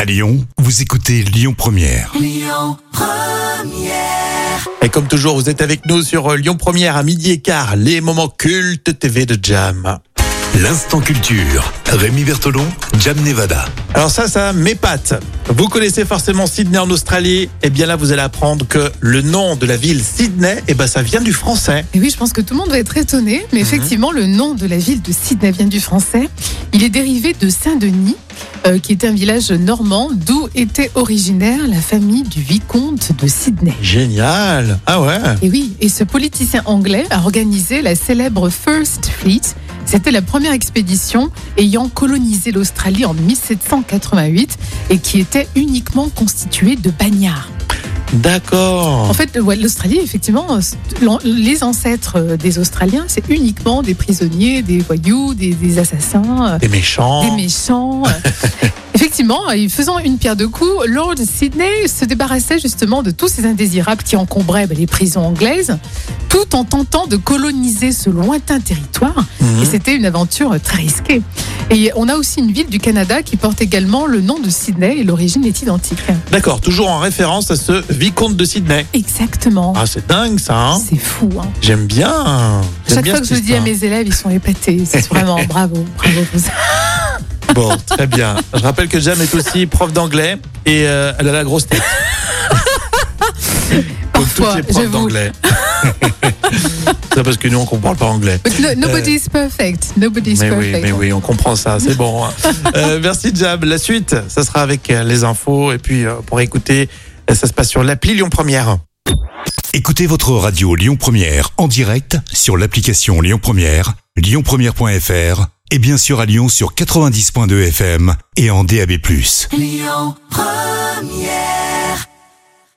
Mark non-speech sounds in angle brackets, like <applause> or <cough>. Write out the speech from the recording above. À Lyon, vous écoutez Lyon Première. Et comme toujours, vous êtes avec nous sur euh, Lyon Première à midi et quart, les moments cultes TV de Jam. L'instant culture. Rémi Bertolon, Jam Nevada. Alors ça, ça mes pattes. Vous connaissez forcément Sydney en Australie. Et bien là, vous allez apprendre que le nom de la ville Sydney, eh ben ça vient du français. Et oui, je pense que tout le monde va être étonné, mais effectivement, le nom de la ville de Sydney vient du français. Il est dérivé de Saint-Denis, euh, qui était un village normand, d'où était originaire la famille du vicomte de Sydney. Génial. Ah ouais. Et oui, et ce politicien anglais a organisé la célèbre First Fleet. C'était la première expédition ayant colonisé l'Australie en 1788 et qui était uniquement constituée de bagnards. En D'accord. fait, ouais, l'Australie, effectivement, c'est- l'an- les ancêtres euh, des Australiens, c'est uniquement des prisonniers, des voyous, des, des assassins, euh, Des des méchants. méchants. euh. <laughs> effectivement, euh, faisant une pierre de coups, Lord Sydney se débarrassait justement de tous ces indésirables qui encombraient bah, les prisons anglaises, tout en tentant de coloniser ce lointain territoire. Mhm. Et c'était une aventure très risquée. Et on a aussi une ville du Canada qui porte également le nom de Sydney et l'origine est identique. D'accord, toujours en référence à ce vicomte de Sydney. Exactement. Ah, c'est dingue ça, hein C'est fou, hein. J'aime bien. J'aime Chaque bien fois que cette je le dis à histoire. mes élèves, ils sont épatés. C'est <laughs> vraiment bravo, bravo. pour ça. Bon, très bien. Je rappelle que Jam est aussi prof d'anglais et euh, elle a la grosse <laughs> tête. Comme toutes Parfois, les profs j'avoue. <laughs> d'anglais. ça parce que nous, on comprend pas anglais. But no- nobody is perfect. Nobody is Mais oui, perfect. mais oui, on comprend ça, c'est bon. hein. Euh, merci Jam. La suite, ça sera avec euh, les infos et puis euh, pour écouter, euh, ça se passe sur l'appli Lyon Première. Écoutez votre radio Lyon Première en direct sur l'application Lyon Première, lyonpremière.fr et bien sûr à Lyon sur 90.2 FM et en DAB+.